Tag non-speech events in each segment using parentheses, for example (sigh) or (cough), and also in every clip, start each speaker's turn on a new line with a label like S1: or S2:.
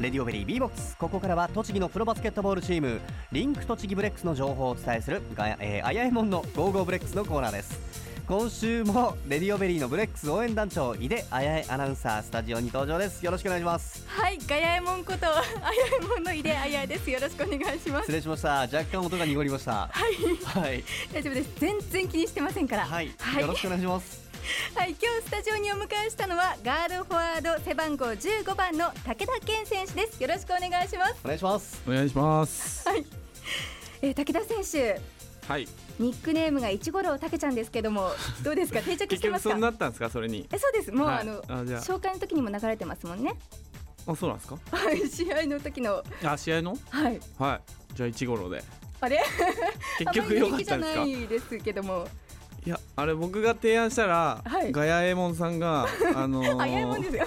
S1: レディオベリー B ボックスここからは栃木のプロバスケットボールチームリンク栃木ブレックスの情報をお伝えするが、えー、あやえもんのゴーゴーブレックスのコーナーです今週もレディオベリーのブレックス応援団長井出あやえアナウンサースタジオに登場ですよろしくお願いします
S2: はい、ガヤエモンこと、あ (laughs) やえもんの井出あやえです。よろしくお願いします
S1: 失。礼しました若干音が濁りましたはいはい、
S2: 大丈夫です。全然気にしてませんから。
S1: は
S2: はいい、
S1: よろしくお願いします
S2: はい、今日スタジオにお迎えしたのは、ガードフォワード背番号15番の武田健選手です。よろしくお願いします。
S1: お願いします
S3: お願いします。
S2: えー、武田選手、
S3: はい。
S2: ニックネームが一五郎武ちゃんですけど
S3: (laughs)
S2: も、どうですか、定着し
S3: 結
S2: てます
S3: 局そう
S2: か。
S3: なったんですか、それに。
S2: え、そうです。もう、
S3: はい
S2: あの。
S3: あ、じゃ
S2: 紹介の時にも流れてますもんね。
S3: あ、あ、そうなんですか。
S2: はい、試合の時の、
S3: あ、試合の。
S2: はい、
S3: はい。じゃあ、一五
S2: (laughs)
S3: 郎で。
S2: あれ、
S3: 結局良かったんです
S2: あま
S3: か。
S2: り
S3: い
S2: 人気じゃないですけども、
S3: や、あれ、僕が提案したら、
S2: はい
S3: ガヤエモンさん
S2: (laughs)
S3: が、あのー
S2: あやえもんですよ。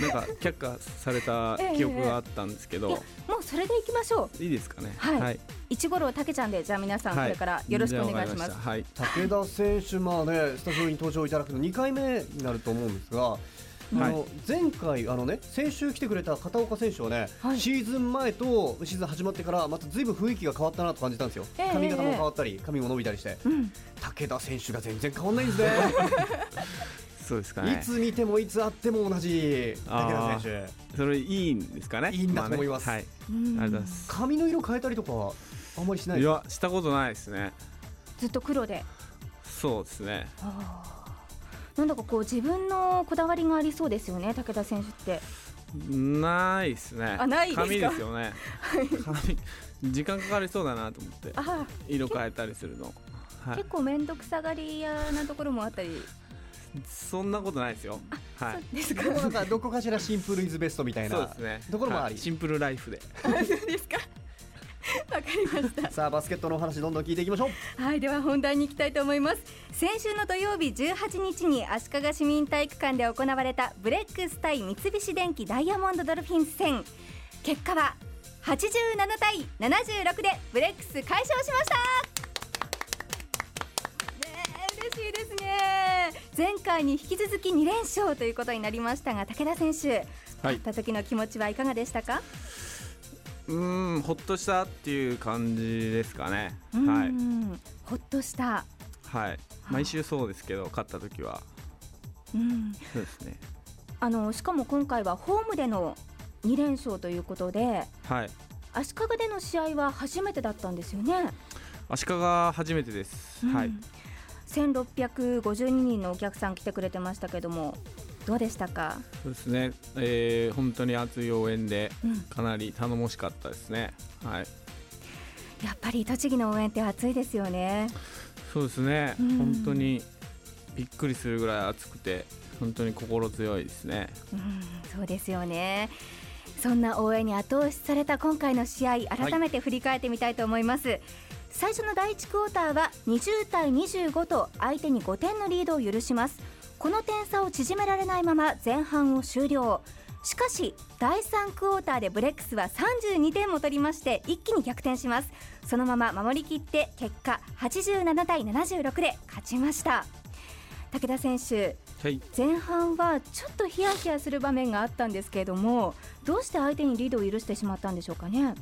S3: なんか却下された
S2: ええ
S3: 記憶があったんですけ
S2: いや
S3: ど。、
S2: もうそれでいきましょう。
S3: いいですかね。
S2: はい一五郎たけちゃんでじゃあ皆さんこ
S3: はい
S2: れからよろしくお願いし
S3: じゃ
S2: ま
S3: あわかり
S2: す。
S3: たはい。
S1: 武田選手まあねスタジオに登場いただくの2回目になると思うんですがあの前回あのね先週来てくれた片岡選手はね、
S2: はい
S1: シーズン前とシーズン始まってからまた随分雰囲気が変わったなと感じたんですよ、
S2: ええ
S1: 髪型も変わったり髪も伸びたりして、
S2: うん、
S1: 武田選手が全然変わんないんですね
S3: そうですかね。
S1: いつ見てもいつあっても同じ武
S3: あー
S1: 田選手
S3: それいいんですかね。
S1: いいんだと思います
S3: あね
S2: うん
S3: はい。ありがとうございます。
S1: 髪の色変えたりとかはあんまりしない
S3: い
S1: です
S3: や、したことないですね。
S2: ずっと黒で。
S3: そうですね。
S2: あーなんだかこう自分のこだわりがありそうですよね、武田選手って。
S3: ないですね。
S2: あないですか
S3: 紙ですよね。紙時間かかりそうだなと思って
S2: あ
S3: 色変えたりするの。
S2: あ、
S3: はい
S2: 結。構面倒くさがり屋なところもあったり。
S3: そんなことないですよ。は
S2: そう
S3: い。
S2: ですか。
S1: でもなんかどこかしらシンプルイズベストみたい
S3: そう
S1: な
S3: ですね。
S1: ところもあ
S3: は
S1: り、
S3: いシンプルライフで。
S2: そうですか。 (laughs) わかりました。
S1: さあバスケットのお話どんどん聞いていきましょう
S2: はいでは本題に行きたいと思います先週の土曜日18日に足利市民体育館で行われたブレックス対三菱電機ダイヤモンドドルフィンズ戦結果は87対76でブレックス快勝しましたねえ嬉しいですね前回に引き続き2連勝ということになりましたが武田選手
S3: は
S2: 勝
S3: い
S2: った時の気持ちはいかがでしたか、
S3: うーん、ほっとしたっていう感じですかね。
S2: う
S3: は
S2: ー
S3: い。
S2: んほっとした
S3: はい。毎週そうですけど、勝った
S2: (laughs)
S3: 時は。
S2: うん
S3: そうですね。
S2: あのしかも今回はホームでの2連勝ということで
S3: はい。
S2: 足利での試合は初めてだったんですよね。
S3: 足利初めてです。は
S2: う
S3: い
S2: ん。1652人のお客さん来てくれてましたけどもどうでしたか、
S3: そうですね。えー本当に熱い応援で、
S2: うん、
S3: かなり頼もしかったですね。はい。
S2: やっぱり栃木の応援って熱いですよね。
S3: そうですね、
S2: うん
S3: 本当にびっくりするぐらい暑くて、本当に心強いですね。
S2: うん、そうですよねそんな応援に後押しされた今回の試合改めて振り返ってみたいと思います、最初の第1クォーターは20対25と相手に5点のリードを許しますこの点差を縮められないまま前半を終了しかし第3クォーターでブレックスは32点も取りまして一気に逆転しますそのまま守り切って結果87対76で勝ちました武田選手
S3: はい、
S2: 前半はちょっとヒヤヒヤする場面があったんですけれどもどうして相手にリードを許してしまったんでしょうかね。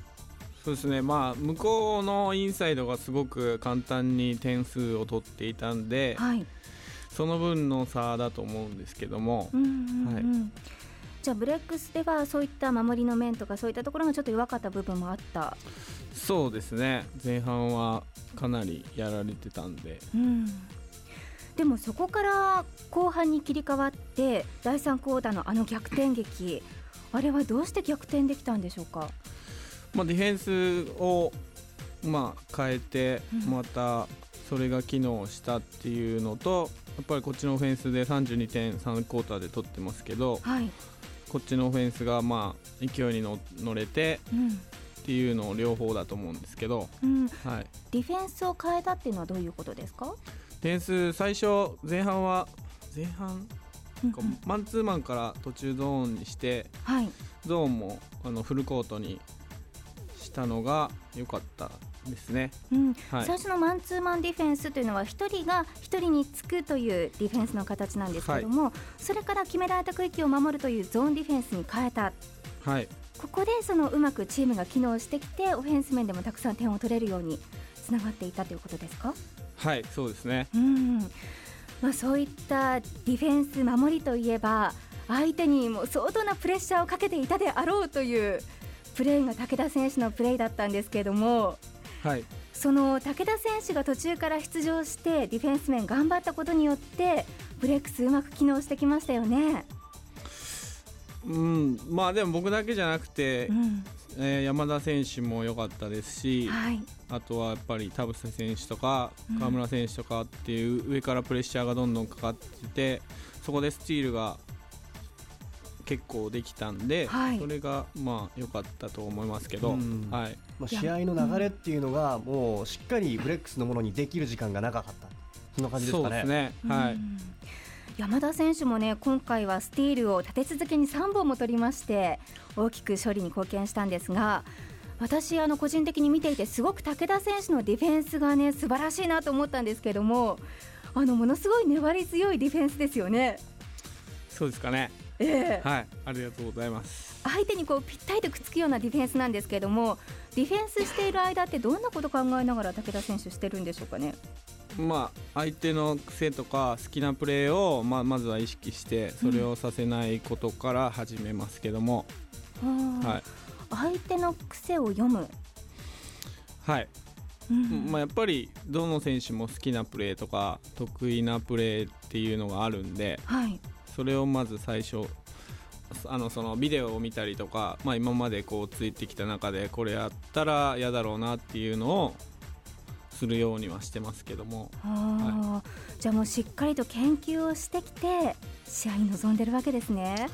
S3: そうですね、まあ、向こうのインサイドがすごく簡単に点数を取っていたんで、
S2: はい、
S3: その分の差だと思うんですけども
S2: う、んうんうんじゃあブレックスではそういった守りの面とかそういったところがちょっと弱かった部分もあった、
S3: そうですね、前半はかなりやられてたんで、
S2: うん、でもそこから後半に切り替わって第3クォーターのあの逆転劇あれはどうして逆転できたんでしょうか、
S3: まあ、ディフェンスを、まあ、変えて
S2: うん
S3: またそれが機能したっていうのとやっぱりこっちのオフェンスで32点3クォーターで取ってますけど
S2: はい
S3: こっちのオフェンスがまあ勢いにの乗れて
S2: うん
S3: っていうのを両方だと思うんですけど、
S2: うん、
S3: はい、
S2: ディフェンスを変えたっていうのはどういうことですか、
S3: 点数最初前半は前半
S2: うん
S3: こうマンツーマンから途中ゾーンにして
S2: はい
S3: ゾーンもあのフルコートにしたのが良かったですね。
S2: うん、
S3: はい
S2: 最初のマンツーマンディフェンスというのは一人が一人につくというディフェンスの形なんですけども、それから決められた区域を守るというゾーンディフェンスに変えた
S3: はい、
S2: ここでそのうまくチームが機能してきてオフェンス面でもたくさん点を取れるようにつながっていたということですか、
S3: はい、そうですね。
S2: うんまあ、そういったディフェンス守りといえば相手にも相当なプレッシャーをかけていたであろうというプレーが武田選手のプレーだったんですけれども
S3: はい、
S2: その武田選手が途中から出場してディフェンス面頑張ったことによってブレックスうまく機能してきましたよね。
S3: うん、まあでも僕だけじゃなくて、
S2: うん
S3: えー山田選手も良かったですし、
S2: はい
S3: あとはやっぱり田臥選手とか
S2: うん
S3: 河村選手とかっていう上からプレッシャーがどんどんかかっててそこでスチールが結構できたんで、
S2: はい
S3: それがまあ良かったと思いますけど、
S1: うん
S3: はい、
S1: まあ、
S2: いや
S1: 試合の流れっていうのがもうしっかりブレックスのものにできる時間が長かったそんな感じです
S3: そ
S1: か
S3: うで
S1: ね
S3: すね、は
S2: う
S3: い、
S2: ん山田選手もね今回はスティールを立て続けに3本も取りまして大きく勝利に貢献したんですが私あの個人的に見ていてすごく武田選手のディフェンスがね素晴らしいなと思ったんですけどもあのものすごい粘り強いディフェンスですよね。
S3: そうですかね、
S2: ええ
S3: はい、ありがとうございます。
S2: 相手にこうぴったりとくっつくようなディフェンスなんですけれどもディフェンスしている間ってどんなこと考えながら武田選手してるんでしょうかね。
S3: まあ、相手の癖とか好きなプレーを、まあ、まずは意識してそれをさせないことから始めますけども、はい
S2: 相手の癖を読む、
S3: はい
S2: うん
S3: まあ、やっぱりどの選手も好きなプレーとか得意なプレーっていうのがあるんで
S2: はい
S3: それをまず最初あのそのビデオを見たりとか、まあ、今までこうついてきた中でこれやったら嫌だろうなっていうのをするようにはしてますけども
S2: あーじゃあもうしっかりと研究をしてきて試合に臨んでるわけですね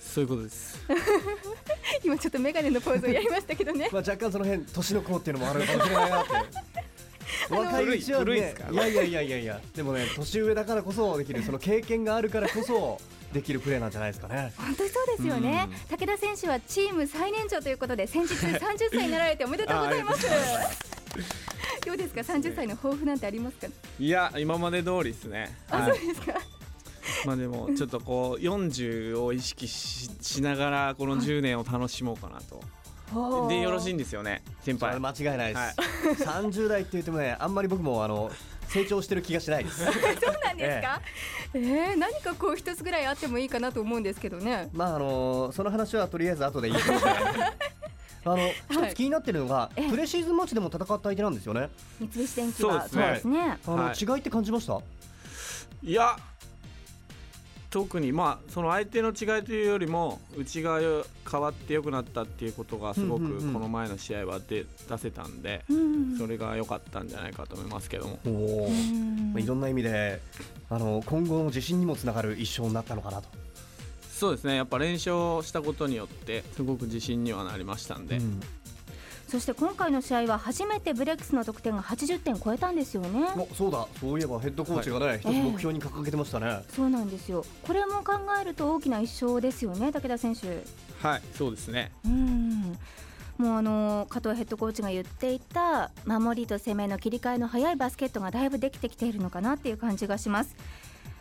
S3: そういうことです。
S2: 今ちょっとメガネのポーズをやりましたけどね
S1: まあ、若干その辺年の功っていうのもあるかもしれないなって若いうちは
S3: 古い古い
S1: ね
S3: っすか
S1: いやいやいやいやいやでもね年上だからこそできるその経験があるからこそできるプレーなんじゃないですかね
S2: (laughs) 本当にそうですよね武田選手はチーム最年長ということで先日30歳になられておめでとうございますどうですか30歳の抱負なんてありますか
S3: (laughs) いや今まで通りですね。
S2: あ、
S3: はい
S2: そうですか
S3: (laughs) まあでもちょっとこう40を意識ししながらこの10年を楽しもうかなと。でよろしいんですよね先
S1: それは
S3: 輩。
S1: 間違いないです、30代って言ってもねあんまり僕もあの成長してる気がしないです
S3: (laughs)
S2: そうなんですか、えー何かこう一つぐらいあってもいいかなと思うんですけどね
S1: まああのその話はとりあえず後でいいとし
S2: (laughs)
S1: てあの一つ気になってるのが、
S2: ええ
S1: プレシーズンマッチでも戦った相手なんですよね
S2: 三菱電機は
S3: そうです
S2: ね
S1: あの、
S3: はい
S1: 違いって感じました
S3: いや特にまあその相手の違いというよりも内側が変わって良くなったっていうことがすご
S1: うんうんうん
S3: くこの前の試合はで出せたんで
S2: うん
S3: それが良かったんじゃないかと思いますけども。
S1: おおー
S2: うん
S1: まあいろんな意味であの今後の自信にもつながる一勝になったのかなと、
S3: そうですねやっぱ連勝したことによってすごく自信にはなりましたんで。
S1: うん
S2: そして今回の試合は初めてブレックスの得点が80点超えたんですよね。
S1: おそうだそういえばヘッドコーチがね、一つ目標に掲げてましたね、
S2: そうなんですよ。これも考えると大きな一勝ですよね、武田選手。
S3: はいそうですね
S2: うん。もうあの加藤ヘッドコーチが言っていた守りと攻めの切り替えの早いバスケットがだいぶできてきているのかなっていう感じがします。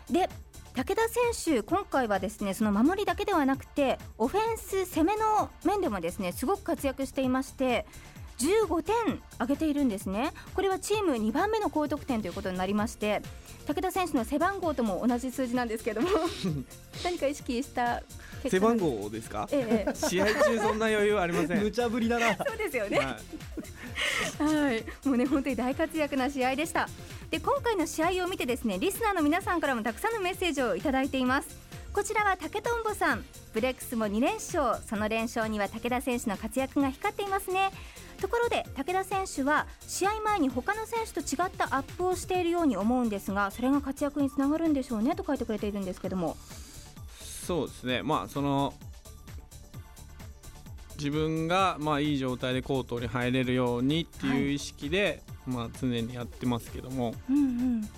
S2: で武田選手、今回はですねその守りだけではなくてオフェンス、攻めの面でもですねすごく活躍していまして15点上げているんですね、これはチーム2番目の高得点ということになりまして武田選手の背番号とも同じ数字なんですけど
S3: (laughs)
S2: も何か意識した結果
S3: 背番号ですか
S2: ええ、
S3: 試合中そんな余裕ありません
S1: 無茶ぶりだな
S2: そうですよね。
S3: はい
S2: はい、もうね本当に大活躍な試合でした。で今回の試合を見てですねリスナーの皆さんからもたくさんのメッセージをいただいています。こちらは竹とんぼさん、ブレックスも2連勝、その連勝には武田選手の活躍が光っていますね。ところで武田選手は試合前に他の選手と違ったアップをしているように思うんですが、それが活躍につながるんでしょうねと書いてくれているんですけども、
S3: そうですね、まあ、その自分がまあいい状態でコートに入れるようにって
S2: は
S3: いう
S2: い
S3: 意識で、まあ、常にやってますけども、
S2: うんうん、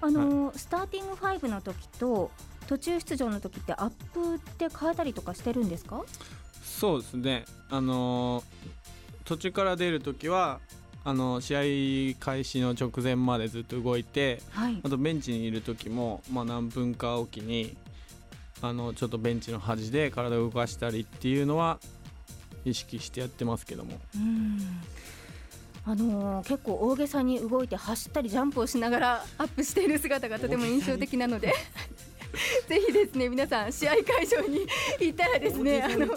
S2: あのースターティングファイブの時と途中出場の時ってアップって変えたりとかしてるんですか？
S3: そうですね、あのー途中から出るときはあの試合開始の直前までずっと動いて
S2: はい
S3: あ。とベンチにいる時も、まあ、何分かおきにあのちょっとベンチの端で体を動かしたりっていうのは意識してやってますけども
S2: うんあのー結構大げさに動いて走ったりジャンプをしながら (laughs) アップしている姿がとても印象的なので (laughs) ぜひですね皆さん試合会場に行ったらですねあの武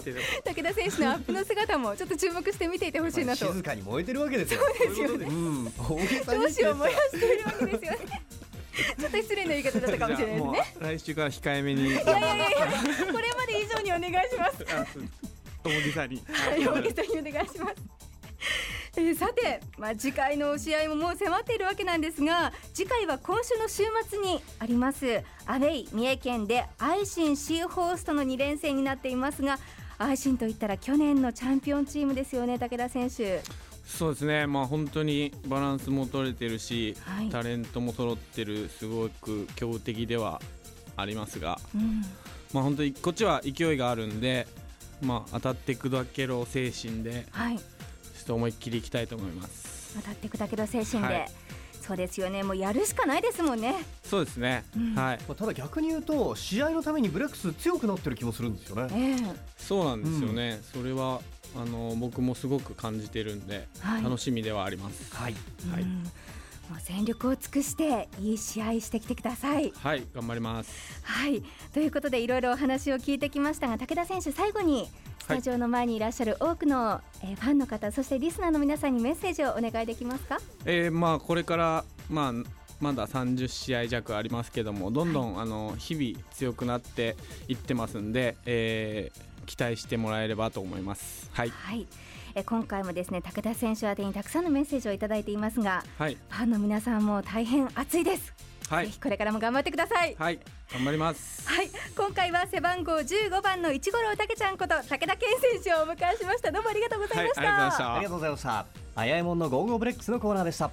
S2: 田選手のアップの姿もちょっと注目して見ていてほしい (laughs) なと
S1: 静かに燃えてるわけですよ。
S2: そうですよね
S1: うん、大げさに言って
S2: 闘を燃やしているわけですよ (laughs) ねちょっと失礼な言い方だったかもしれないですね
S3: じゃあもう来週から控えめに
S2: いやいやい (laughs) やいやこれまで以上にお願いします
S3: 大げさに
S2: (laughs) はい、大げさにお願いします。えーさて、まあ、次回の試合ももう迫っているわけなんですが次回は今週の週末にありますアウェイ三重県で愛心シーホースとの2連戦になっていますが愛心といったら去年のチャンピオンチームですよね武田選手。
S3: そうですね、まあ、本当にバランスも取れてるし、
S2: はい
S3: タレントも揃ってるすごく強敵ではありますが、
S2: うん
S3: まあ、本当にこっちは勢いがあるんで、まあ、当たっていくだけの精神で
S2: はい
S3: ちょっと思いっきりいきたいと思います
S2: 当たっていくだけの精神で、
S3: はい
S2: そうですよねもうやるしかないですもんね。
S3: そうですね、
S2: うん
S3: はい
S1: まあただ逆に言うと試合のためにブレックス強くなってる気もするんですよね。
S2: ええ
S3: そうなんですよね、それはあの僕もすごく感じてるんで、
S2: はい
S3: 楽しみではあります
S1: はい。
S3: はい
S2: うんもう全力を尽くしていい試合してきてください。
S3: はい頑張ります
S2: はい、ということでいろいろお話を聞いてきましたが武田選手最後にスタジオの前にいらっしゃる多くの、えーファンの方そしてリスナーの皆さんにメッセージをお願いできますか
S3: えーまあこれからまあまだ30試合弱ありますけどもどんどんあの日々強くなっていってますんで、えー期待してもらえればと思いますはい
S2: はい、えー今回もですね武田選手宛てにたくさんのメッセージをいただいていますが
S3: はい
S2: ファンの皆さんも大変熱いです、
S3: はい
S2: ぜひこれからも頑張ってください、
S3: はい頑張ります
S2: はい、今回は背番号15番の一五郎武ちゃんこと武田健選手をお迎えしましたどうもありがとうございました、
S3: はいありがとうございました
S1: ありがとうございました。あやえもんのゴーゴーブレックスのコーナーでした。